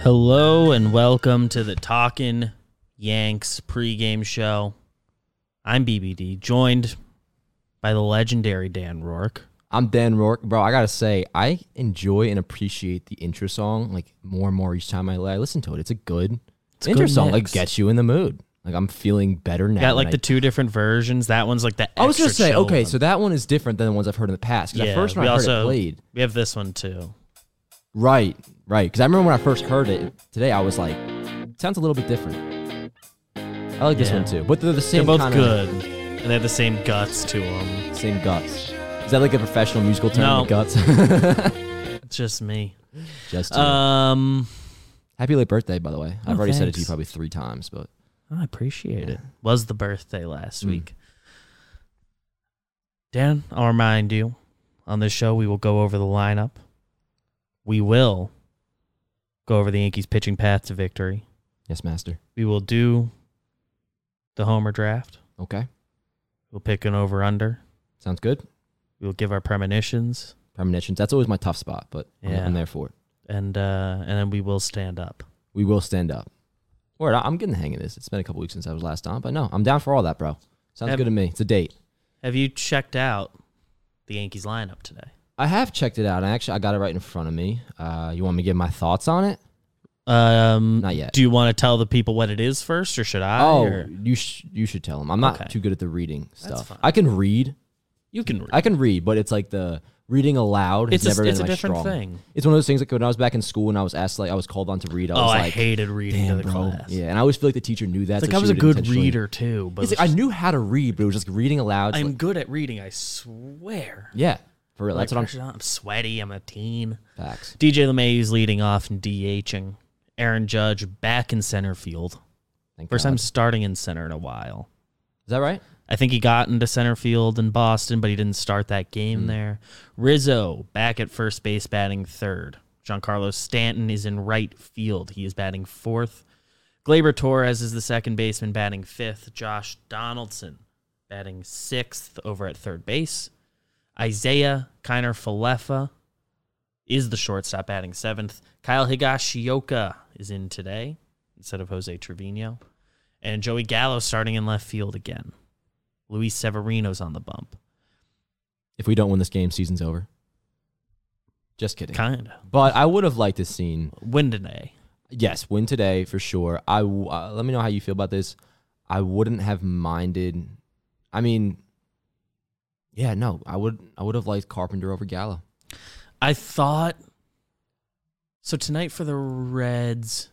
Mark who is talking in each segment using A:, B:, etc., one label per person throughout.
A: Hello and welcome to the Talkin' Yanks pregame show. I'm BBD, joined by the legendary Dan Rourke.
B: I'm Dan Rourke, bro. I gotta say, I enjoy and appreciate the intro song like more and more each time I, I listen to it. It's a good
A: a
B: intro
A: good
B: song, like
A: mix.
B: gets you in the mood. Like I'm feeling better now.
A: Got
B: and
A: like
B: I-
A: the two different versions. That one's like the
B: I was gonna
A: extra
B: say,
A: chill
B: okay,
A: one.
B: so that one is different than the ones I've heard in the past. Because at first when
A: we
B: I heard
A: also
B: it played,
A: we have this one too.
B: right, right. Because I remember when I first heard it today, I was like, it sounds a little bit different. I like this
A: Yeah.
B: one too, but they're
A: They're
B: the same.
A: both
B: kinda-
A: good, and they have the same guts to them.
B: Same guts. Is that like a professional musical term?
A: No.
B: the Guts.
A: It's just me.
B: Just do it.
A: Um,
B: happy late birthday, by the way. I've
A: Oh,
B: already said it to you
A: thanks.
B: probably three times, but
A: I appreciate it. Hmm. Was the birthday last week. Dan, I'll remind you on this show, we will go over the lineup. We will go over the Yankees pitching path to victory.
B: yes, master.
A: We will do the homer draft.
B: Okay,
A: We'll pick an over under.
B: sounds good.
A: We will give our premonitions
B: premonitions. That's always my tough spot, but I'm-
A: Yeah.
B: I'm, there for it.
A: and uh, and then we will stand up.
B: We will stand up. Word, I- I'm getting the hang of this. It's been a couple weeks since I was last on, but no, I'm down for all that, bro. Sounds
A: Have-
B: good to me. It's a date.
A: Have you checked out the Yankees lineup today?
B: I have checked it out. and actually I got it right in front of me. Uh, you want me to give my thoughts on it?
A: Um,
B: Not yet.
A: Do you want to tell the people what it is first, or should I?
B: oh,
A: or-
B: you sh- you should tell them. I'm not
A: Okay.
B: too good at the reading stuff.
A: fine.
B: I can read.
A: you can. Read.
B: I can read, but it's like the reading aloud. has
A: It's a-
B: never been
A: it's a
B: my
A: different
B: strong-
A: thing.
B: It's one of those things like when I was back in school and I was asked like I was called on to read. I
A: oh,
B: was
A: I
B: like,
A: hated reading to the class.
B: yeah, and I always feel like the teacher knew that.
A: It's like
B: so
A: I
B: she
A: was a
B: would
A: good
B: intentionally-
A: reader too, but
B: It's
A: it's
B: like, I knew how to read, but it was just reading aloud. It's
A: I'm
B: like-
A: good at reading. I swear.
B: Yeah, for real.
A: Like,
B: That's what I'm.
A: I'm. I'm sweaty. I'm a teen.
B: Facts.
A: DJ LeMay is leading off and DHing. Aaron Judge back in center field.
B: Thank
A: First
B: God.
A: time starting in center in a while.
B: Is that right?
A: I think he got into center field in Boston, but he didn't start that game there. Rizzo back at first base, batting third. Giancarlo Stanton is in right field. He is batting fourth. Glaber Torres is the second baseman, batting fifth. Josh Donaldson batting sixth over at third base. Isaiah Kiner Falefa is the shortstop, batting seventh. Kyle Higashioka is in today instead of Jose Trevino. And Joey Gallo starting in left field again. Luis Severino's on the bump.
B: If we don't win this game, season's over. Just kidding.
A: Kind of.
B: But I would have liked to seen
A: Win today.
B: yes, win today for sure. I w- uh, let me know how you feel about this. I wouldn't have minded. I mean, yeah, no, I would. I would have liked Carpenter over Gallo.
A: I thought. So tonight for the Reds,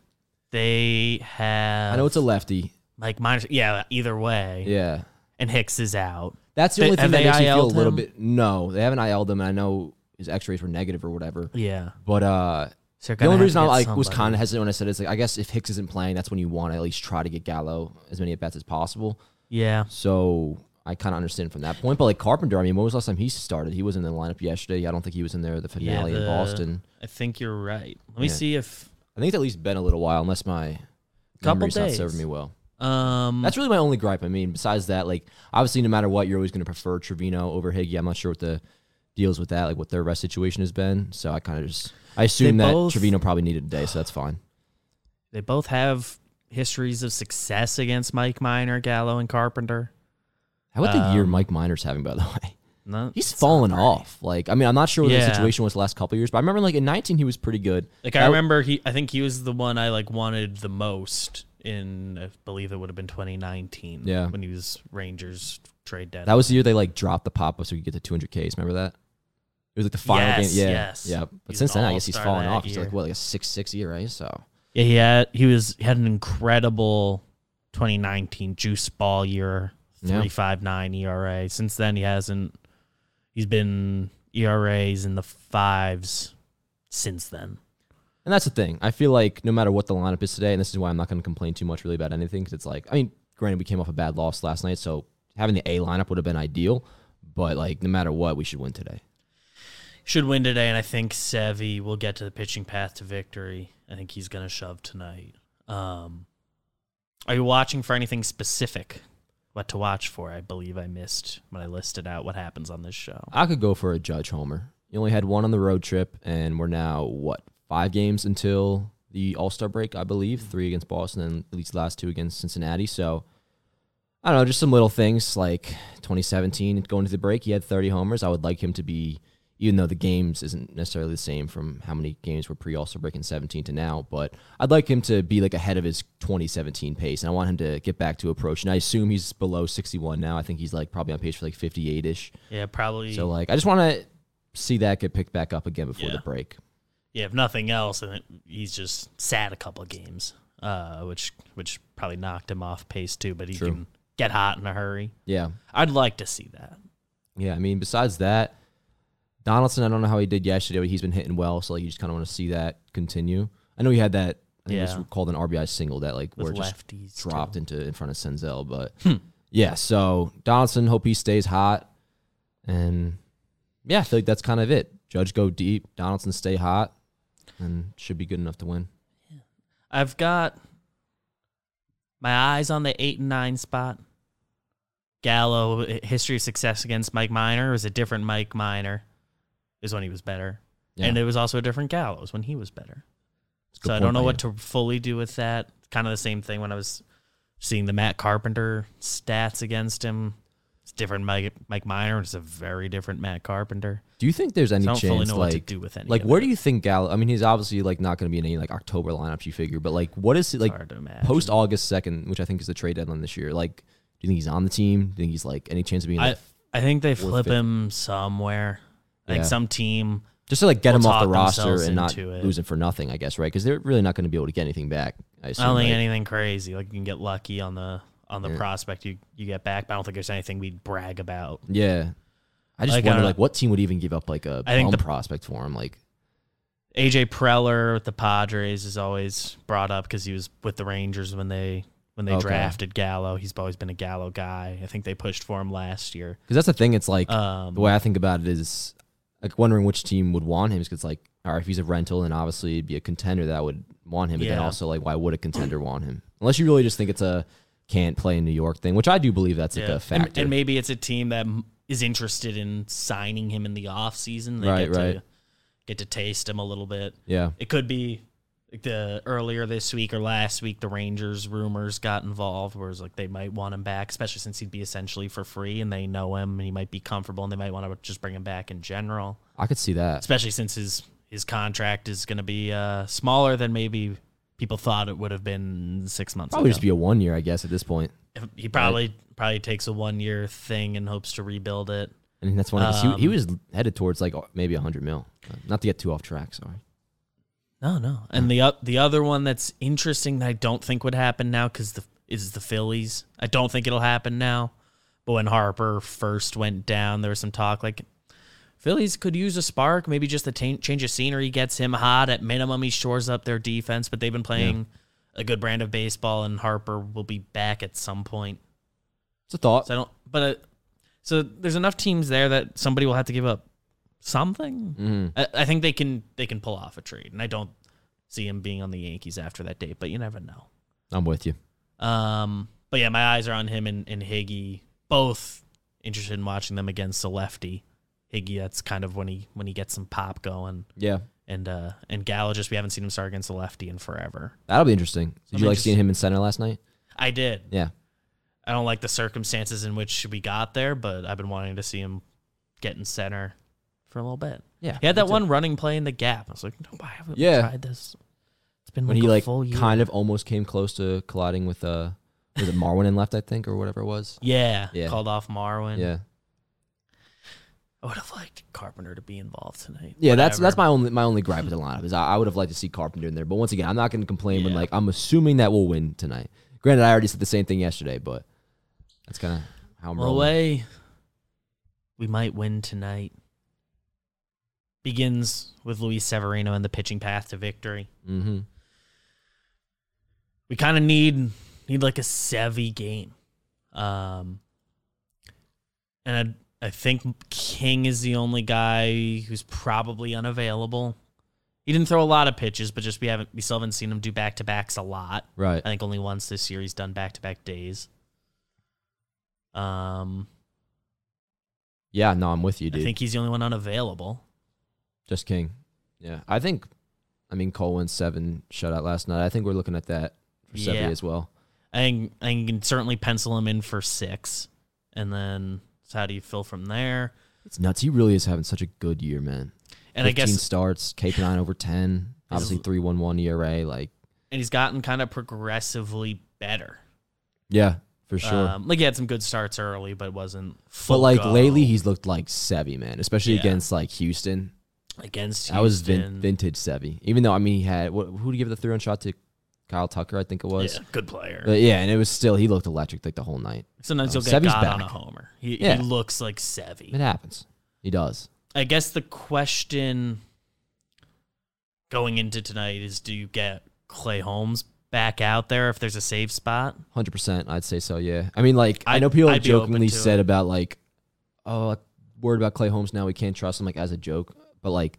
A: they have.
B: I know it's a lefty.
A: Like minus. Yeah, either way.
B: Yeah,
A: And Hicks is out.
B: that's the
A: They-
B: only thing
A: have
B: that
A: they
B: makes me feel a
A: IL'd
B: little
A: him?
B: bit. No, they haven't IL'd him, and I know his X-rays were negative or whatever.
A: Yeah.
B: But uh,
A: So
B: The only reason I like
A: Wisconsin
B: was kind of hesitant when I said it's like I guess if Hicks isn't playing, that's when you want to at least try to get Gallo as many at bats as possible.
A: Yeah.
B: So I kind of understand from that point. But like Carpenter, I mean, when was the last time he started? He was in the lineup yesterday. I don't think he was in there the
A: Yeah.
B: finale in
A: the-
B: Boston.
A: I think you're right. Let me
B: Yeah.
A: see if.
B: I think it's at least been a little while, unless my
A: Couple
B: memory's not
A: days.
B: serving me well.
A: Um,
B: That's really my only gripe. I mean, besides that, like obviously, no matter what, you're always going to prefer Trevino over Higgy. I'm not sure what the deals with that, like what their rest situation has been. So I kind of just I assume that
A: both-
B: Trevino probably needed a day, so that's fine.
A: They both have histories of success against Mike Miner, Gallo, and Carpenter.
B: How about
A: Um,
B: the year Mike Miner's having, by the way?
A: No,
B: He's fallen off. Like, I mean, I'm not sure what
A: Yeah.
B: the situation was the last couple of years, but I remember like in 19 he was pretty good.
A: Like
B: That-
A: I remember he I think he was the one I like wanted the most in I believe it would have been 2019
B: Yeah.
A: when he was Rangers trade deadline.
B: That was the year they like dropped the pop up so we could get to 200Ks. Remember that? It was like the final
A: Yes,
B: game. Yeah,
A: yes.
B: yeah. But
A: He's
B: since
A: an
B: then, I guess he's
A: all-star
B: fallen
A: that
B: off. He's
A: year.
B: like what, like a six six year, right? So
A: yeah, he had he was he had an incredible 2019 juice ball year,
B: Yeah.
A: 3.59 ERA. E Since then he hasn't E he's been ERAs in the fives since then.
B: And that's the thing. I feel like no matter what the lineup is today, and this is why I'm not going to complain too much really about anything because it's like, I mean, granted, we came off a bad loss last night, so having the A lineup would have been ideal. But like, no matter what, we should win today.
A: Should win today, and I think Sevi will get to the pitching path to victory. I think he's going to shove tonight. Um, are you watching for anything specific? What to watch for? I believe I missed when I listed out what happens on this show.
B: I could go for a Judge homer. You only had one on the road trip, and we're now what five games until the All Star break, I believe. Three against Boston, and at least the last two against Cincinnati. So I don't know, just some little things like 2017 going to the break. He had 30 homers. I would like him to be, even though the games isn't necessarily the same from how many games were pre All Star break in 17 to now, but I'd like him to be like ahead of his 2017 pace, and I want him to get back to approach. And I assume he's below 61 now. I think he's like probably on pace for like 58 ish.
A: Yeah, probably.
B: So uh, like, I just want to see that get picked back up again before
A: Yeah.
B: the break.
A: yeah, if nothing else, and it, he's just sad a couple of games, uh, which which probably knocked him off pace too. But he
B: True.
A: can get hot in a hurry.
B: Yeah,
A: I'd like to see that.
B: yeah. I mean, besides that, Donaldson, I don't know how he did yesterday, but he's been hitting well. So like, you just kind of want to see that continue. I know he had that. I think it
A: Yeah.
B: was called an RBI single that like
A: With Hmm.
B: where it just
A: lefties too.
B: dropped into in front of Senzel, but yeah. So Donaldson, hope he stays hot, and yeah, I feel like that's kind of it. Judge go deep, Donaldson stay hot, and should be good enough to win.
A: I've got my eyes on the eight and nine spot. Gallo eh, history of success against Mike Miner was a different Mike Miner is when he was better,
B: Yeah.
A: and it was also a different Gallo is when he was better.
B: It's a good
A: So I
B: point
A: don't know
B: by
A: what
B: you.
A: to fully do with that. Kind of the same thing when I was seeing the Matt Carpenter stats against him. It's different Mike Mike Miner. It's a very different Matt Carpenter.
B: Do you think there's any
A: So I don't fully
B: chance
A: know what to
B: like
A: do with any.
B: like
A: of
B: where
A: it.
B: do you think Gallo? I mean, he's obviously like not going to be in any like October lineups, you figure, but like what is it
A: It's
B: like
A: hard to imagine.
B: post August second, which I think is the trade deadline this year? Like, do you think he's on the team? Do you think he's like any chance of being?
A: I
B: like,
A: I think they
B: fourth,
A: flip
B: fifth?
A: him somewhere. I think
B: Yeah.
A: some team.
B: just to like get
A: will
B: him off the
A: talk
B: roster
A: themselves
B: and not
A: into it.
B: lose him for nothing, I guess, right? Because they're really not going to be able to get anything back. I assume.
A: I don't think
B: right?
A: anything crazy. Like you can get lucky on the on the
B: Yeah.
A: prospect you you get back, but I don't think there's anything we'd brag about.
B: Yeah, I just
A: Like, I
B: wonder
A: don't-
B: like what team would even give up like a
A: I think
B: bum
A: the-
B: prospect for him? Like,
A: AJ Preller with the Padres is always brought up because he was with the Rangers when they when they
B: Okay.
A: drafted Gallo. He's always been a Gallo guy. I think they pushed for him last year.
B: because that's the thing. It's like
A: Um,
B: the way I think about it is like wondering which team would want him because like all right, if he's a rental, then obviously it'd be a contender that would want him. But then
A: Yeah.
B: also like why would a contender want him? Unless you really just think it's a can't play in New York thing, which I do believe that's like
A: yeah.
B: a
A: And-
B: factor.
A: and, maybe it's a team that m- is interested in signing him in the offseason. They
B: Right,
A: get
B: right.
A: to get to taste him a little bit.
B: yeah.
A: It could be like the earlier this week or last week the Rangers rumors got involved where it's like they might want him back, especially since he'd be essentially for free and they know him and he might be comfortable and they might want to just bring him back in general.
B: I could see that.
A: especially since his his contract is going to be uh, smaller than maybe people thought it would have been six months
B: Probably
A: ago.
B: just be a one year, I guess, at this point.
A: he probably probably takes a one year thing and hopes to rebuild it.
B: And that's one. Cause he,
A: Um,
B: he was headed towards like maybe hundred mil. Not to get too off track. Sorry.
A: No, no. And the o- the other one that's interesting that I don't think would happen now because the is the Phillies. I don't think it'll happen now. But when Harper first went down, there was some talk like Phillies could use a spark. Maybe just the ta- change of scenery gets him hot. At minimum, he shores up their defense. But they've been playing a good brand of baseball, and Harper will be back at some point.
B: It's a thought.
A: So I don't. But uh, so there's enough teams there that somebody will have to give up something.
B: Mm-hmm.
A: I, I think they can they can pull off a trade, and I don't see him being on the Yankees after that date. But you never know.
B: I'm with you.
A: Um, but yeah, my eyes are on him and, and Higgy. Both interested in watching them against the lefty. Higgy, that's kind of when he when he gets some pop going,
B: Yeah.
A: and uh and Gallo just we haven't seen him start against the lefty in forever.
B: That'll be interesting. Did
A: I'm
B: you like
A: interest-
B: seeing him in center last night?
A: I did.
B: Yeah.
A: I don't like the circumstances in which we got there, but I've been wanting to see him get in center for a little bit.
B: Yeah.
A: He had
B: me
A: that
B: too.
A: one running play in the gap. I was like, no, I haven't
B: Yeah.
A: tried this. It's been
B: when
A: like
B: he
A: a
B: like
A: full year.
B: kind of almost came close to colliding with uh was it Marwin and left I think or whatever it was.
A: yeah,
B: Yeah.
A: called off Marwin.
B: Yeah,
A: I would have liked Carpenter to be involved tonight.
B: yeah. That's
A: Whatever.
B: that's my only my only gripe with the lineup is I, I would have liked to see Carpenter in there, but once again, I'm not going to complain when
A: Yeah.
B: like I'm assuming that we'll win tonight. Granted, I already said the same thing yesterday, but that's kind of how I'm
A: Well,
B: rolling.
A: way we might win tonight. begins with Luis Severino and the pitching path to victory.
B: Mm-hmm.
A: We kind of need need like a sevy game, um, and I, I think King is the only guy who's probably unavailable. He didn't throw a lot of pitches, but just we haven't we still haven't seen him do back to backs a lot.
B: Right.
A: I think only once this year he's done back to back days. Um,
B: Yeah. No, I'm with you, dude.
A: I think he's the only one unavailable.
B: Just King. Yeah. I think. I mean, Cole went seven shutout last night. I think we're looking at that for Sevy
A: Yeah.
B: as well.
A: I think I think you can certainly pencil him in for six, and then so how do you fill from there?
B: It's nuts. He really is having such a good year, man.
A: And I
B: 15
A: guess
B: starts, K nine over ten. Obviously,
A: is-
B: three one one ERA. Like,
A: and he's gotten kind of progressively better.
B: yeah, for sure.
A: Um, like he had some good starts early, but it wasn't. Full
B: but like
A: go
B: lately, he's looked like Sevy, man. Especially
A: Yeah.
B: against like Houston.
A: against
B: That was
A: Houston.
B: vin- vintage Sevy. Even though I mean, he had what, who to give the three run shot to? Kyle Tucker, I think it was.
A: Yeah, good player.
B: But yeah, and it was still he looked electric like the whole night.
A: Sometimes
B: Oh,
A: he'll get
B: Sevy's
A: God on a
B: back.
A: homer. He,
B: Yeah.
A: he looks like Sevy.
B: It happens. He does.
A: I guess the question going into tonight is: Do you get Clay Holmes back out there if there's a safe spot?
B: Hundred percent, I'd say so. Yeah, I mean, like I
A: I'd-
B: know people have
A: I'd be open
B: jokingly
A: to
B: said about like, oh, like, worried about Clay Holmes now. We can't trust him, like as a joke, but like,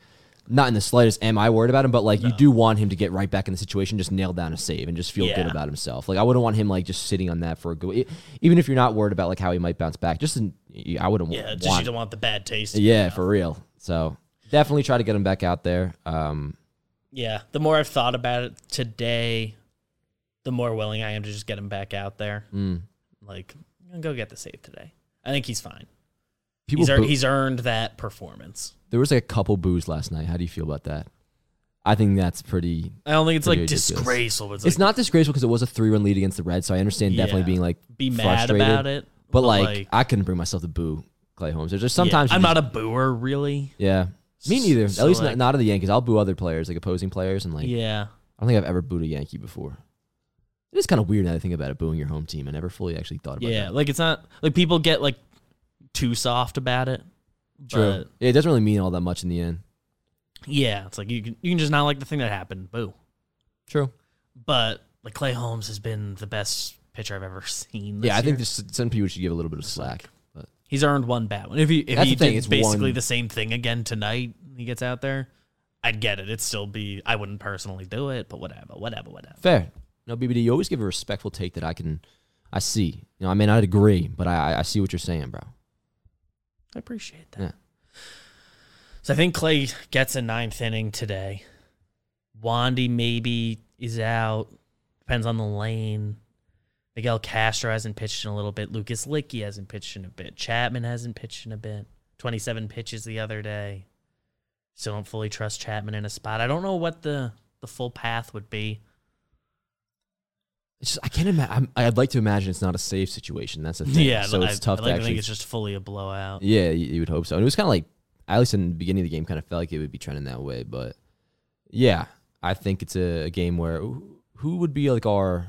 B: not in the slightest. Am I worried about him? But like, you do want him to get right back in the situation, just nail down a save, and just feel good
A: Yeah.
B: about himself. Like I wouldn't want him like just sitting on that for a good, e- even if you're not worried about like how he might bounce back. Just in, I wouldn't
A: Yeah, just Uh, you
B: want
A: don't want the bad taste. in your
B: yeah
A: mouth.
B: for real. So definitely try to get him back out there. Um,
A: yeah. The more I've thought about it today, the more willing I am to just get him back out there.
B: mm.
A: Like, I'm gonna go get the save today. I think he's fine.
B: people
A: He's ear-
B: boo-
A: he's earned that performance.
B: there was like a couple boos last night. How do you feel about that? I think that's pretty
A: I don't think it's
B: Pretty
A: like
B: ridiculous.
A: disgraceful. But it's,
B: It's
A: like,
B: not disgraceful because it was a three-run lead against the Reds, so I understand definitely
A: Yeah.
B: being like,
A: be mad
B: frustrated,
A: about it.
B: but like, I couldn't bring myself to boo Clay Holmes. There's just sometimes
A: yeah,
B: you
A: I'm
B: just-
A: not a booer, really.
B: Yeah, me neither.
A: So,
B: At least
A: like-
B: not, not of the Yankees. I'll boo other players, like opposing players, and like
A: Yeah,
B: I don't think I've ever booed a Yankee before. It is kind of weird now that I think about it, booing your home team. I never fully actually thought about
A: yeah. Like it's not like people get like too soft about it.
B: that. True. Yeah, it doesn't really mean all that much in the end.
A: But yeah, it's like you can you can just not like the thing that happened. Boo.
B: True.
A: But like Clay Holmes has been the best pitcher I've ever seen. This
B: Yeah, I
A: year.
B: think this, some people should give a little bit of slack. But
A: He's earned one bat. If he if
B: That's
A: he
B: the thing,
A: did
B: it's
A: basically
B: one-
A: the same thing again tonight, he gets out there. I'd get it. It'd still be. I wouldn't personally do it, but whatever, whatever, whatever.
B: fair. No, BBD, you always give a respectful take that I can, I see. You know, I may not agree, but I, I- I see what you're saying, bro.
A: I appreciate that.
B: Yeah.
A: So I think Clay gets a ninth inning today. Wandy maybe is out. Depends on the lane. Miguel Castro hasn't pitched in a little bit. Lucas Licky hasn't pitched in a bit. Chapman hasn't pitched in a bit. 27 pitches the other day. Still don't fully trust Chapman in a spot. I don't know what the, the full path would be.
B: It's just, I can't imagine. I'd like to imagine it's not a safe situation. That's the thing. so it's
A: I,
B: tough
A: I like
B: to
A: to
B: actually.
A: think it's just fully a blowout.
B: yeah, you, you would hope so. And it was kind of like, at least in the beginning of the game, kind of felt like it would be trending that way. But yeah, I think it's a, a game where who who would be like our,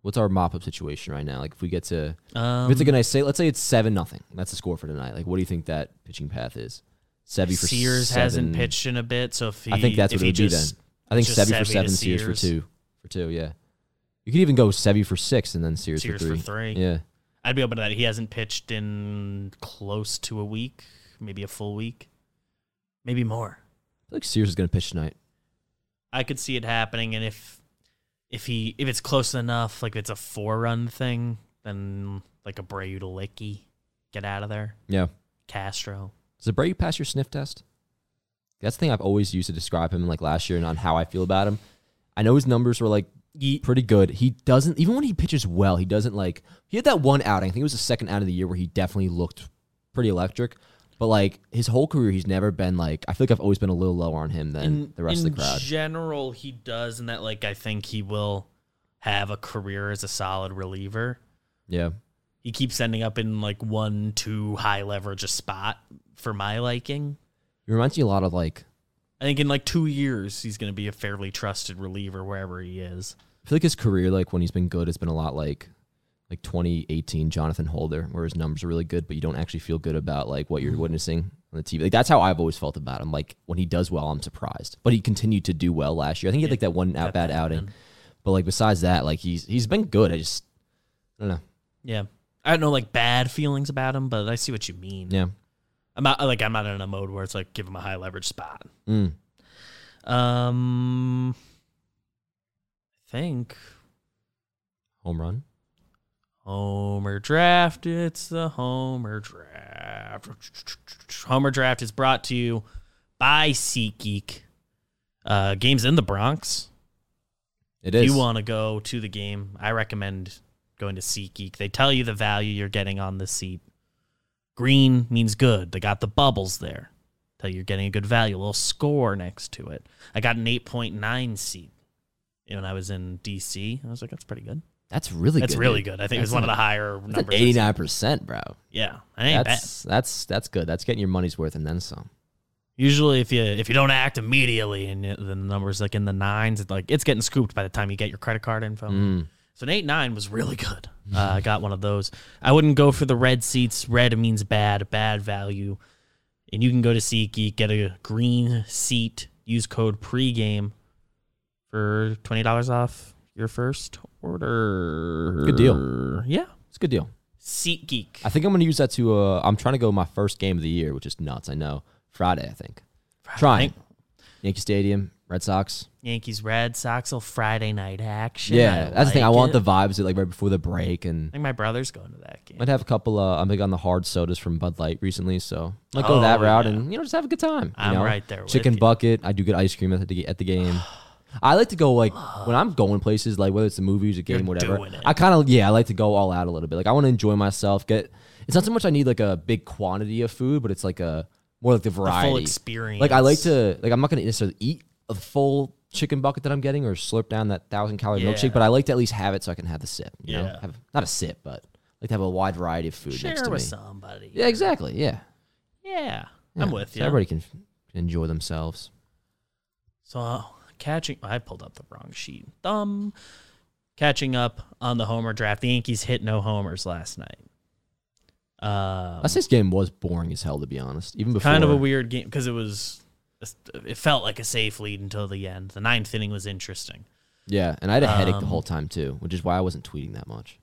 B: what's our mop up situation right now? Like if we get to,
A: Um,
B: if it's like a nice say, let's say it's seven nothing. That's the score for tonight. Like what do you think that pitching path is? Sebi for
A: Sears
B: has
A: hasn't pitched in a bit, so if he,
B: I think that's
A: if
B: what it
A: he
B: would be then.
A: just-
B: I think
A: just
B: Sebi
A: Sevy
B: for
A: to
B: seven, Sears for
A: Sears.
B: two, for two. Yeah, you could even go Sebi for six and then Sears,
A: Sears
B: for
A: for
B: three.
A: three.
B: Yeah.
A: I'd be open to that. He hasn't pitched in close to a week, maybe a full week, maybe more.
B: I feel like Sears is going to pitch tonight.
A: I could see it happening, and if if he if it's close enough, like if it's a four run thing, then like a Brayu to Licky, get out of there.
B: Yeah.
A: Castro,
B: Does Abreu pass your sniff test? That's the thing I've always used to describe him like last year and on how I feel about him. I know his numbers were like
A: Ye-
B: pretty good. He doesn't even when he pitches well, he doesn't like he had that one outing. I think it was the second out of the year where he definitely looked pretty electric. But like his whole career, he's never been like I feel like I've always been a little lower on him than
A: in
B: the rest
A: in
B: of the crowd.
A: general, he does, and that like I think he will have a career as a solid reliever.
B: yeah.
A: he keeps ending up in like one, two high leverage a spot for my liking.
B: He reminds me a lot of like
A: I think in like two years he's going to be a fairly trusted reliever wherever he is.
B: I feel like his career, like when he's been good, has been a lot like like
A: Mm-hmm.
B: 2018 Jonathan Holder, where his numbers are really good, but you don't actually feel good about like what you're witnessing on the TV. Like that's how I've always felt about him. Like when he does well, I'm surprised. But he continued to do well last year. I think he had like that one out bad outing. But like besides that, like he's he's been good. I just I don't know.
A: Yeah. I don't know like bad feelings about him, but I see what you mean.
B: Yeah.
A: I'm not like I'm not in a mode where it's like give him a high leverage spot.
B: Mm.
A: Um I think
B: Home run.
A: Homer Draft. It's the Homer Draft. Homer Draft is brought to you by SeatGeek. Uh, games in the Bronx.
B: It
A: If
B: is.
A: you want to go to the game, I recommend going to SeatGeek. They tell you the value you're getting on the seat. Green means good. They got the bubbles there. Tell you you're getting a good value. A little score next to it. I got an 8.9 seat. You know, when I was in DC, I was like, that's pretty good.
B: That's really
A: That's
B: good.
A: really good. I think it was
B: That's
A: one of
B: a-
A: the higher numbers. I've
B: Eighty
A: seen.
B: nine percent, bro.
A: Yeah, I ain't bad.
B: That's that's that's good. That's getting your money's worth and then some.
A: Usually, if you if you don't act immediately and it- the numbers like in the nines, it's like it's getting scooped by the time you get your credit card info.
B: Mm.
A: So an eight nine was really good. Uh, I got one of those. I wouldn't go for the red seats. Red means bad, bad value. And you can go to SeatGeek, get a green seat, use code pregame for twenty dollars off your first order.
B: Good deal.
A: Yeah,
B: It's a good deal.
A: SeatGeek.
B: I think I'm gonna use that to. Uh, I'm trying to go my first game of the year, which is nuts. I know Friday. I think trying
A: Thank-
B: Yankee Stadium, Red Sox.
A: Yankees Red Sox will Friday night action.
B: yeah,
A: I
B: that's the thing. I
A: like
B: want
A: it.
B: the vibes like right before the break,
A: I
B: and
A: think my brother's going to that game.
B: I'd have a couple. Uh, I'm big on the hard sodas from Bud Light recently, so I might go
A: Oh,
B: that route
A: yeah.
B: and you know just have a good time. you
A: I'm
B: know?
A: right there with
B: Chicken
A: you.
B: bucket. I do get ice cream at the at the game. I like to go like when I'm going places, like whether it's the movies, a game,
A: You're
B: whatever.
A: doing it.
B: I kind of yeah, I like to go all out a little bit. Like I want to enjoy myself. Get it's not so much I need like a big quantity of food, but it's like a more like the
A: The
B: variety.
A: full experience.
B: Like I like to like I'm not gonna necessarily eat a full chicken bucket that I'm getting or slurp down that thousand calorie
A: Yeah.
B: milkshake, but I like to at least have it so I can have the sip. You know,
A: Yeah.
B: have, not a sip, but like to have a wide variety of food
A: share
B: next to
A: with
B: me.
A: somebody.
B: Yeah, exactly. Yeah.
A: Yeah, I'm
B: Yeah.
A: with
B: So
A: you.
B: Everybody can f- enjoy themselves.
A: So uh, catching, I pulled up the wrong sheet. Thumb. Catching up on the homer draft. The Yankees hit no homers last night. Uh,
B: Last night's game was boring as hell, to be honest. Even before
A: kind of a weird game because it was, it felt like a safe lead until the end. The ninth inning was interesting.
B: Yeah, and I had a headache the
A: Um,
B: whole time too, which is why I wasn't tweeting that much.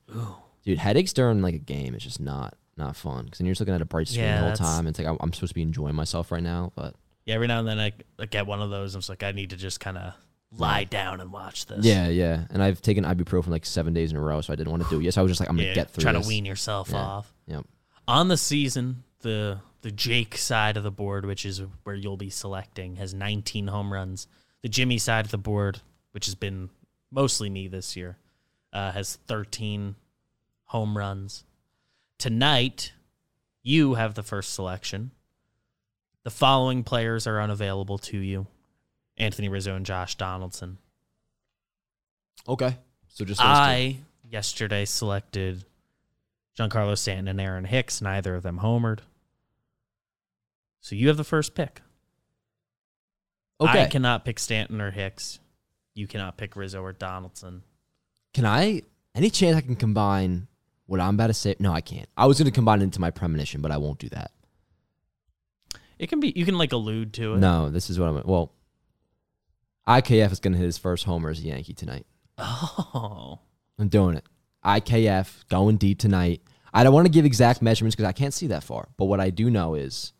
B: Dude, headaches during like a game is just not not fun because then you're just looking at a bright screen
A: Yeah,
B: the whole
A: that's-
B: time. And it's like I, I'm supposed to be enjoying myself right now, but
A: Yeah, every now and then I, I get one of those. I'm just like, I need to just kind of lie down and watch this.
B: Yeah, yeah. And I've taken ibuprofen like seven days in a row, so I didn't want to do it. Yes, I was just like, I'm gonna
A: Yeah,
B: get through.
A: Try
B: this.
A: to wean yourself
B: Yeah.
A: off.
B: Yep.
A: On the season, the the Jake side of the board, which is where you'll be selecting, has 19 home runs. The Jimmy side of the board, which has been mostly me this year, uh, has 13 home runs. Tonight, you have the first selection. The following players are unavailable to you: Anthony Rizzo and Josh Donaldson.
B: Okay. So just those two.
A: I yesterday selected Giancarlo Stanton and Aaron Hicks. Neither of them homered. So you have the first pick.
B: okay.
A: I cannot pick Stanton or Hicks. You cannot pick Rizzo or Donaldson.
B: Can I? Any chance I can combine what I'm about to say? No, I can't. I was gonna combine it into my premonition, but I won't do that.
A: It can be you can like allude to it.
B: No, this is what I'm. Well, IKF is gonna hit his first homer as a Yankee tonight.
A: Oh.
B: I'm doing it. IKF going deep tonight. I don't want to give exact measurements because I can't see that far. But what I do know is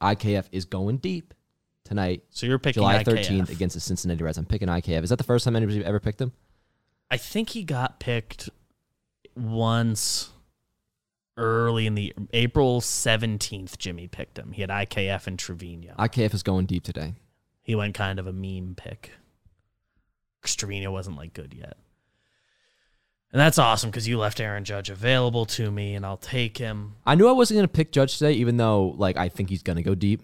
B: IKF is going deep tonight
A: So you're picking
B: July
A: IKF.
B: 13th against the Cincinnati Reds. I'm picking IKF. Is that the first time anybody's ever picked him?
A: I think he got picked once early in the April 17th Jimmy picked him. He had IKF and Trevino.
B: IKF is going deep today.
A: he went kind of a meme pick. 'Cause Trevino wasn't like good yet. And that's awesome because you left Aaron Judge available to me and I'll take him.
B: I knew I wasn't going to pick Judge today, even though like I think he's going to go deep.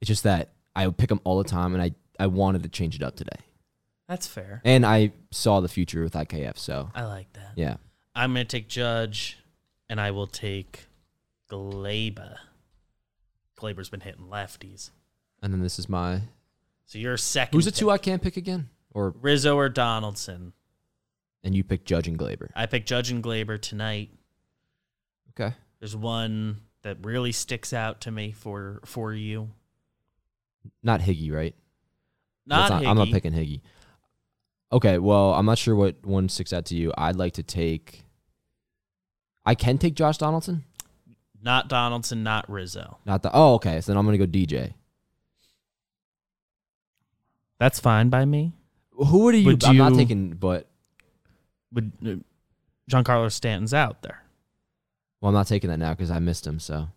B: It's just that I would pick him all the time, and I, I wanted to change it up today.
A: That's fair.
B: And I saw the future with IKF, so
A: I like that.
B: yeah.
A: I'm going to take Judge and I will take Glaber. Glaber's been hitting lefties.
B: And then this is my
A: So you're second.
B: who's the two
A: pick.
B: I can't pick again, or
A: Rizzo or Donaldson.
B: and you pick Judge and Glaber.
A: I pick Judge and Glaber tonight.
B: Okay,
A: There's one that really sticks out to me for for you?
B: Not Higgy, right?
A: Not,
B: That's I'm not
A: Higgy.
B: picking Higgy. Okay, well, I'm not sure what one sticks out to you. I'd like to take. I can take Josh Donaldson.
A: Not Donaldson, not Rizzo.
B: Not the. Oh, okay. So then I'm gonna go DJ.
A: That's fine by me.
B: Who are you?
A: Would
B: I'm not
A: you-
B: taking. But
A: But uh, Giancarlo Stanton's out there.
B: well, I'm not taking that now because I missed him. So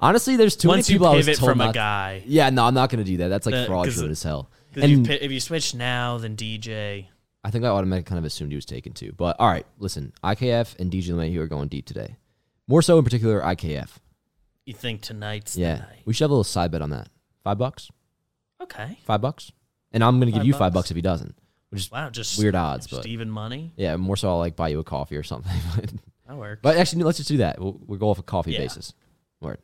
B: honestly, there's too
A: Once
B: many
A: you
B: people I was
A: pivot
B: told
A: from
B: not.
A: a guy,
B: Yeah, no, I'm not gonna do that. That's like
A: The- 'cause
B: fraudulent
A: the-
B: as hell.
A: 'cause
B: And-
A: you pi- if you switch now, then DJ.
B: I think I automatically kind of assumed he was taken too. But all right, listen, IKF and DJ LeMahieu are going deep today. More so in particular, IKF.
A: You think tonight's
B: Yeah,
A: the night?
B: we should have a little side bet on that. Five bucks.
A: Okay.
B: Five bucks. And I'm gonna give
A: Five
B: you five
A: bucks.
B: bucks if he doesn't. Which is
A: Wow, just
B: weird odds,
A: just
B: but
A: even money.
B: yeah, more so I'll like buy you a coffee or something. but,
A: That works.
B: but actually, no, let's just do that. We'll, we'll go off a coffee
A: Yeah.
B: basis. Word.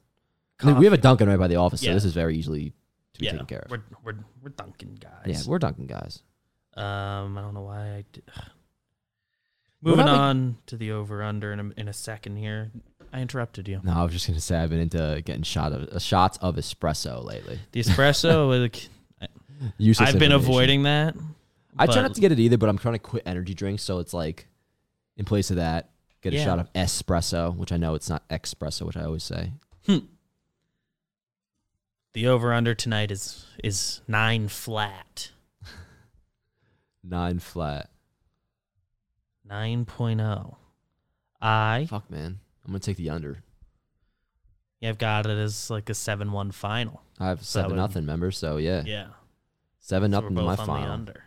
B: I mean, We have a Dunkin' right by the office, so
A: Yeah.
B: this is very easily to be
A: yeah,
B: taken care of.
A: we're we're we're dunking
B: yeah,
A: guys.
B: we're Dunkin' guys.
A: Um, I don't know why I did.
B: What
A: Moving
B: about like-
A: on to the over under in a, in a second here. I interrupted you.
B: No, I was just gonna say I've been into getting shot of uh, shots of espresso lately.
A: The espresso, like,
B: Useless
A: I've been
B: information.
A: avoiding that.
B: I try
A: but-
B: not to get it either, but I'm trying to quit energy drinks, so it's like in place of that, get a
A: Yeah.
B: shot of espresso, which I know it's not espresso, which I always say.
A: The over under tonight is is nine flat,
B: Nine flat.
A: 9.0. oh. I
B: Fuck, man. I'm gonna take the under.
A: have got it as like a 7 1 final.
B: I have
A: So that
B: seven
A: would-
B: nothing, remember? So yeah,
A: Yeah.
B: seven
A: So we're
B: nothing to my
A: both on the
B: final.
A: under.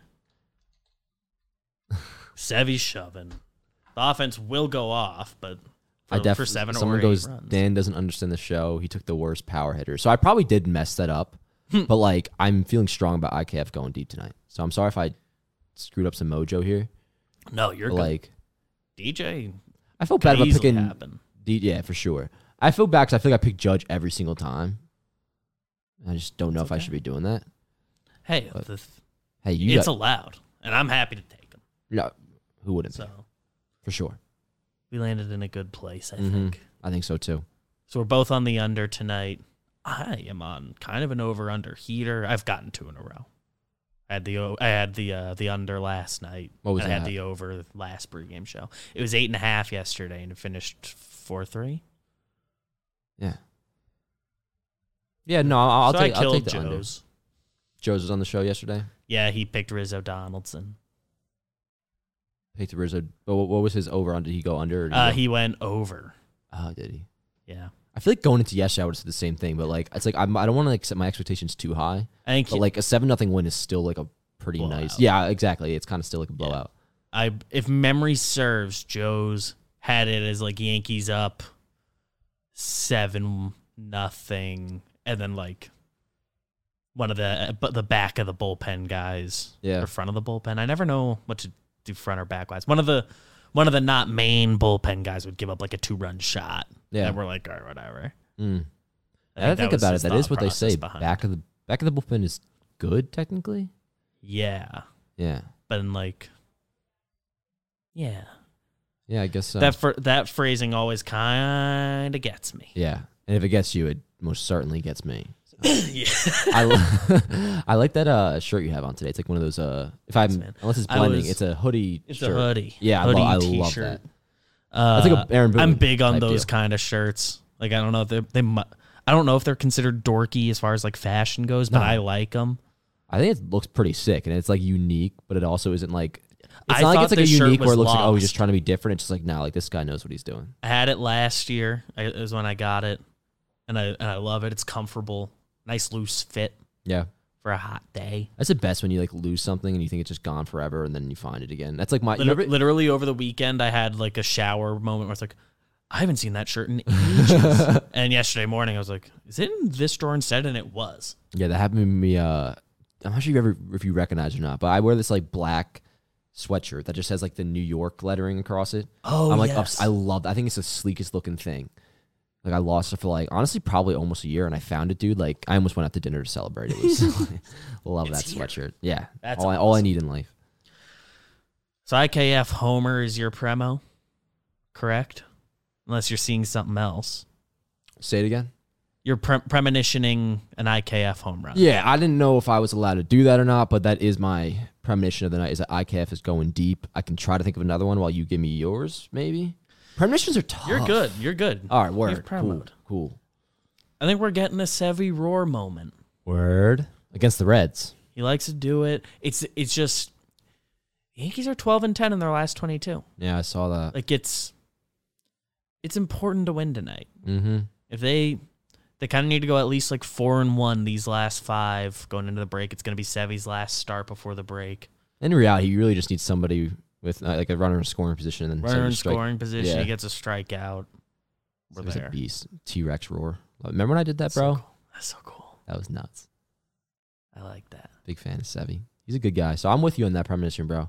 A: Sevy's shoving. The offense will go off, but for,
B: I definitely.
A: for seven
B: someone
A: or eight
B: goes.
A: runs.
B: Dan doesn't understand the show. He took the worst power hitter, so I probably did mess that up.
A: Hmm.
B: but like, I'm feeling strong about IKF going deep tonight. So I'm sorry if I screwed up some mojo here.
A: no, you're
B: But
A: good.
B: like,
A: DJ
B: I felt bad
A: could
B: about
A: easily
B: picking.
A: happen.
B: D- yeah, for sure. I feel bad because I feel like I pick Judge every single time. I just don't know if I
A: okay.
B: should be doing that.
A: Hey,
B: But
A: the,
B: Hey, you
A: it's
B: got,
A: allowed, and I'm happy to take them.
B: no, who wouldn't
A: So
B: be for sure?
A: we landed in a good place, I
B: Mhm.
A: think.
B: I think so too.
A: So we're both on the under tonight. I am on kind of an over under heater. I've gotten two in a row. I had the o- I had the uh, the under last night.
B: What was
A: and I
B: that?
A: had the over last pregame show. It was eight and a half yesterday, and it finished four three.
B: Yeah. Yeah, no, I'll, Oh, I'll
A: so
B: take.
A: I
B: I will
A: killed
B: take the under.
A: Joe's.
B: Joe's was on the show yesterday.
A: Yeah, he picked Rizzo Donaldson.
B: Picked the Rizzo. But what, what was his over on? Did he go under? Or did
A: Uh,
B: go-
A: he went over.
B: oh, did he?
A: Yeah,
B: I feel like going into yesterday, I would have said the same thing. But like, it's like I'm, I don't want to like set my expectations too high.
A: I think
B: But like a seven nothing win is still like a pretty nice.
A: Blowout.
B: Yeah, exactly. It's kind of still like a blowout.
A: I if memory serves, Joe's had it as like Yankees up seven nothing, and then like one of the uh, but the back of the bullpen guys,
B: Yeah.
A: or front of the bullpen. I never know what to do front or back wise. One of the one of the not main bullpen guys would give up like a two run shot,
B: Yeah.
A: and we're like, all right, whatever.
B: Mm.
A: I
B: I
A: that
B: think
A: was
B: about it.
A: his
B: That is
A: thought
B: what they
A: process
B: say.
A: behind it.
B: Back of the back of the bullpen is good technically.
A: yeah,
B: Yeah,
A: but in like, yeah,
B: yeah, I guess so.
A: that for, that phrasing always kind of gets me.
B: yeah, and if it gets you, it most certainly gets me.
A: yeah.
B: I, li- I like that uh, shirt you have on today. It's like one of those. Uh, if I'm
A: Thanks, man.
B: unless it's
A: I
B: blending,
A: was-
B: it's a hoodie.
A: It's
B: shirt.
A: a hoodie.
B: Yeah, I,
A: hoodie
B: lo- I love
A: t-shirt.
B: that.
A: Uh,
B: That's like a Aaron Boone.
A: I'm big on
B: type
A: those
B: deal.
A: kind of shirts. Like I don't know if they they mu- I don't know if they're considered dorky as far as like fashion goes, but
B: No.
A: I like them.
B: I think it looks pretty sick, and it's like unique, but it also isn't like. It's
A: I
B: not like
A: thought
B: it's like a
A: this shirt
B: unique where
A: was
B: it looks like oh,
A: lost.
B: he's just trying to be different. It's just like nah, like this guy knows what he's doing.
A: I had it last year. I, it was when I got it, and I and I love it. It's comfortable, nice loose fit
B: Yeah.
A: for a hot day.
B: That's the best when you like lose something and you think it's just gone forever, and then you find it again. That's like my. you
A: Liter-
B: remember-
A: literally over the weekend, I had like a shower moment where it's like, I haven't seen that shirt in ages. and yesterday morning, I was like, is it in this drawer instead? And it was.
B: Yeah, that happened to me. Uh, I'm not sure if you ever if you recognize it or not, but I wear this like black sweatshirt that just has like the New York lettering across it.
A: Oh,
B: I'm like,
A: yes.
B: obs- I love. that. I think it's the sleekest looking thing. Like I lost it for like honestly probably almost a year, and I found it, dude. Like I almost went out to dinner to celebrate it. It was- love
A: It's
B: that
A: here.
B: sweatshirt. Yeah,
A: That's
B: all, I, all I need in life.
A: So IKF Homer is your premo, correct? Unless you're seeing something else.
B: Say it again.
A: You're pre- premonitioning an IKF home run.
B: Yeah, I didn't know if I was allowed to do that or not, but that is my premonition of the night. Is that IKF is going deep. I can try to think of another one while you give me yours, maybe. Premonitions are tough.
A: You're good. You're good.
B: All right, word.
A: You've
B: Cool.
A: premoed.
B: Cool.
A: I think we're getting a Sevy Roar moment.
B: Word against the Reds.
A: He likes to do it. It's it's just Yankees are 12 and 10 in their last 22.
B: Yeah, I saw that.
A: Like it's it's important to win tonight.
B: Mm-hmm.
A: If they they kind of need to go at least like 4 and 1 these last 5 going into the break. It's going to be Sevy's last start before the break.
B: In reality, you really just need somebody with uh, like a runner in scoring position and then
A: Runner
B: somebody
A: in
B: to strike.
A: scoring position,
B: Yeah.
A: he gets a strikeout. We're
B: It was
A: there.
B: a beast. T Rex roar. Remember when I did that,
A: So
B: bro?
A: cool. That's so cool.
B: That was nuts.
A: I like that.
B: Big fan of Sevy. He's a good guy. So I'm with you on that premonition, bro.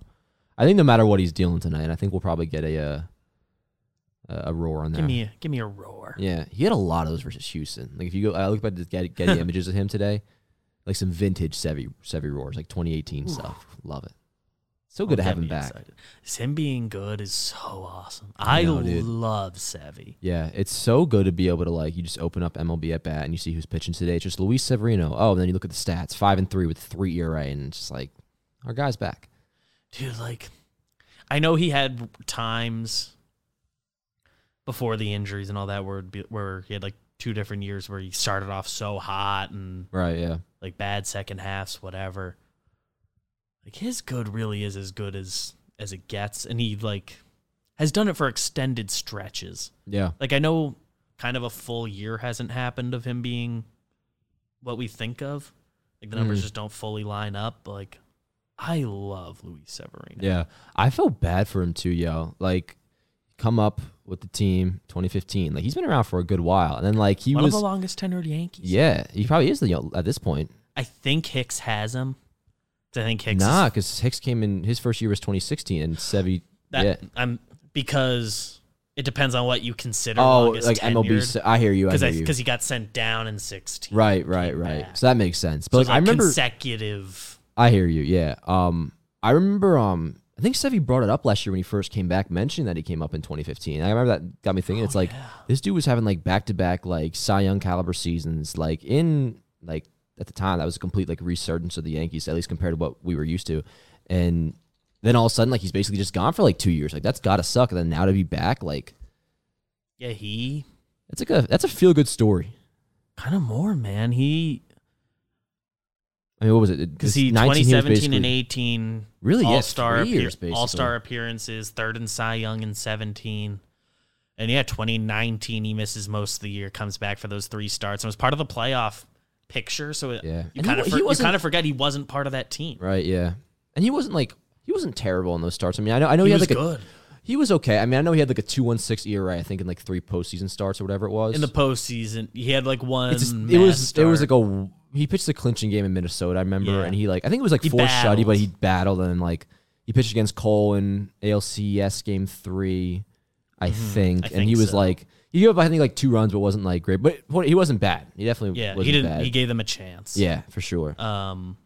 B: I think no matter what he's dealing tonight, I think we'll probably get a uh, a a roar on there.
A: Give me a, give me a roar.
B: yeah, he had a lot of those versus Houston. Like if you go, I look at the Getty, Getty images of him today, like some vintage Sevy Sevy roars, like 2018 stuff. Love it. So good to
A: Don't
B: have
A: get
B: him
A: me
B: back.
A: excited. Him being good is so awesome.
B: I
A: I,
B: know, dude.
A: love Sevy.
B: Yeah, it's so good to be able to like you just open up MLB at bat and you see who's pitching today. It's just Luis Severino. Oh, and then you look at the stats: five and three with three ERA, and it's just like our guy's back.
A: Dude, like I know he had times before the injuries and all that where it'd be, where he had like two different years where he started off so hot and
B: Right? Yeah.
A: like bad second halves, whatever. Like his good really is as good as as it gets and he like has done it for extended stretches.
B: Yeah.
A: Like I know kind of a full year hasn't happened of him being what we think of. Like the numbers
B: Mm.
A: just don't fully line up. But like I love Luis Severino.
B: Yeah. I felt bad for him too, yo. Like, come up with the team 2015. Like, he's been around for a good while. And then, like, he
A: One
B: was.
A: of the longest tenured Yankees.
B: yeah, he probably is the yo- at this point.
A: I think Hicks has him. 'Cause I think Hicks is-
B: Nah, because Hicks came in, his first year was 2016, and Sevy.
A: that
B: yeah.
A: I'm because it depends on what you consider
B: Oh,
A: longest
B: like MLB.
A: tenured.
B: se- I hear you. I
A: Because
B: hear you.
A: because he got sent down in sixteen.
B: Right, right, right.
A: back.
B: So that makes sense.
A: So
B: But
A: it's
B: like, I
A: like
B: remember.
A: consecutive.
B: I hear you. Yeah. Um, I remember. Um, I think Sevy brought it up last year when he first came back, mentioned that he came up in 2015. I remember that got me thinking.
A: Oh,
B: it's like this dude was having like back to back like Cy Young caliber seasons. Like in like at the time, that was a complete like resurgence of the Yankees, at least compared to what we were used to. And then all of a sudden, like he's basically just gone for like two years. Like that's gotta suck. And then now to be back, like
A: Yeah, he
B: that's like a that's a feel good story.
A: kind of more man. He
B: I mean, what was it?
A: because
B: This
A: he
B: 19 years
A: 2017 and
B: basically-
A: 18
B: Really, yeah,
A: all star
B: three years, basically.
A: all star appearances, third in Cy Young in 17, and yeah, 2019 he misses most of the year, comes back for those three starts, and was part of the playoff picture. So it,
B: Yeah.
A: you
B: And he
A: kind
B: wa-
A: of
B: he
A: for, you
B: wasn't-
A: kind of forget he wasn't part of that team.
B: Right. Yeah. And he wasn't like he wasn't terrible in those starts. I mean, I know I know he,
A: He
B: had
A: was
B: like
A: good
B: a he was okay. I mean, I know he had like a two one six ERA. I think in like three postseason starts or whatever it was.
A: in the postseason. He had like one.
B: It's just- it
A: mad
B: was it
A: start.
B: was like a he pitched the clinching game in Minnesota. I remember,
A: Yeah.
B: and he like I think it was like
A: He
B: four shutty,
A: battled.
B: but he battled and like he pitched against Cole in ALCS game three, I think,
A: Mm-hmm. I
B: and
A: think
B: he was
A: so.
B: like he gave up I think like two runs, but wasn't like great, but what- he wasn't bad. He definitely
A: yeah.
B: wasn't
A: He didn't.
B: bad.
A: He gave them a chance.
B: yeah, for sure.
A: Um.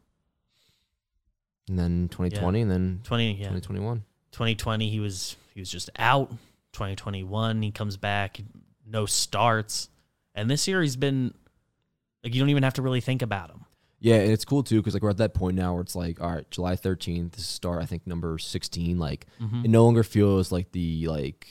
B: And then 2020, and then
A: 20. Yeah.
B: 2021.
A: 2020 he was he was just out 2021 he comes back no starts and this year he's been like you don't even have to really think about him
B: Yeah, and it's cool too because like we're at that point now where it's like, all right, July thirteenth, this is start I think number sixteen. Like
A: Mm-hmm.
B: it no longer feels like the like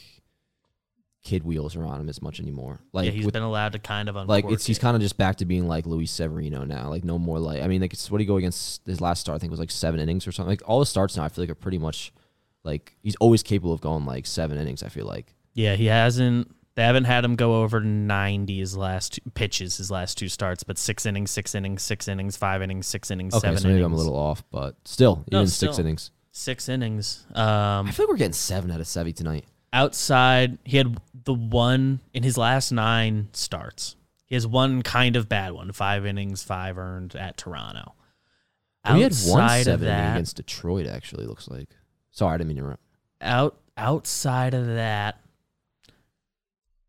B: kid wheels are on him as much anymore. Like
A: yeah he's
B: with,
A: been allowed to kind of
B: like
A: uncork
B: it's he's
A: it.
B: kind of just back to being like Luis Severino now. Like no more like I mean like it's what he go against his last start I think was like seven innings or something. Like all his starts now I feel like are pretty much like he's always capable of going like seven innings. I feel like
A: yeah he hasn't they haven't had him go over 90 his last two, pitches his last two starts but six innings six innings six innings five innings six innings
B: okay,
A: seven
B: so maybe
A: innings
B: I'm a little off, but still
A: No,
B: even six
A: still.
B: innings.
A: six innings um
B: I feel like we're getting seven out of Sevy tonight.
A: outside he had the one in his last nine starts he has one kind of bad one five innings five earned at toronto
B: we had one
A: Outside of
B: seven inning
A: that-
B: against Detroit. Actually, looks like. Sorry, I didn't mean to interrupt.
A: out outside of that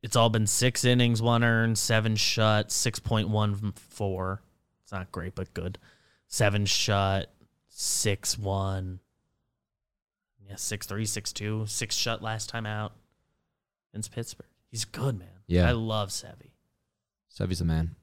A: it's all been six innings one earned seven shut 6.14 it's not great but good seven shut six one yeah six three six two six shut last time out against pittsburgh he's good man
B: Yeah.
A: i love Sevy.
B: Sevy's the man.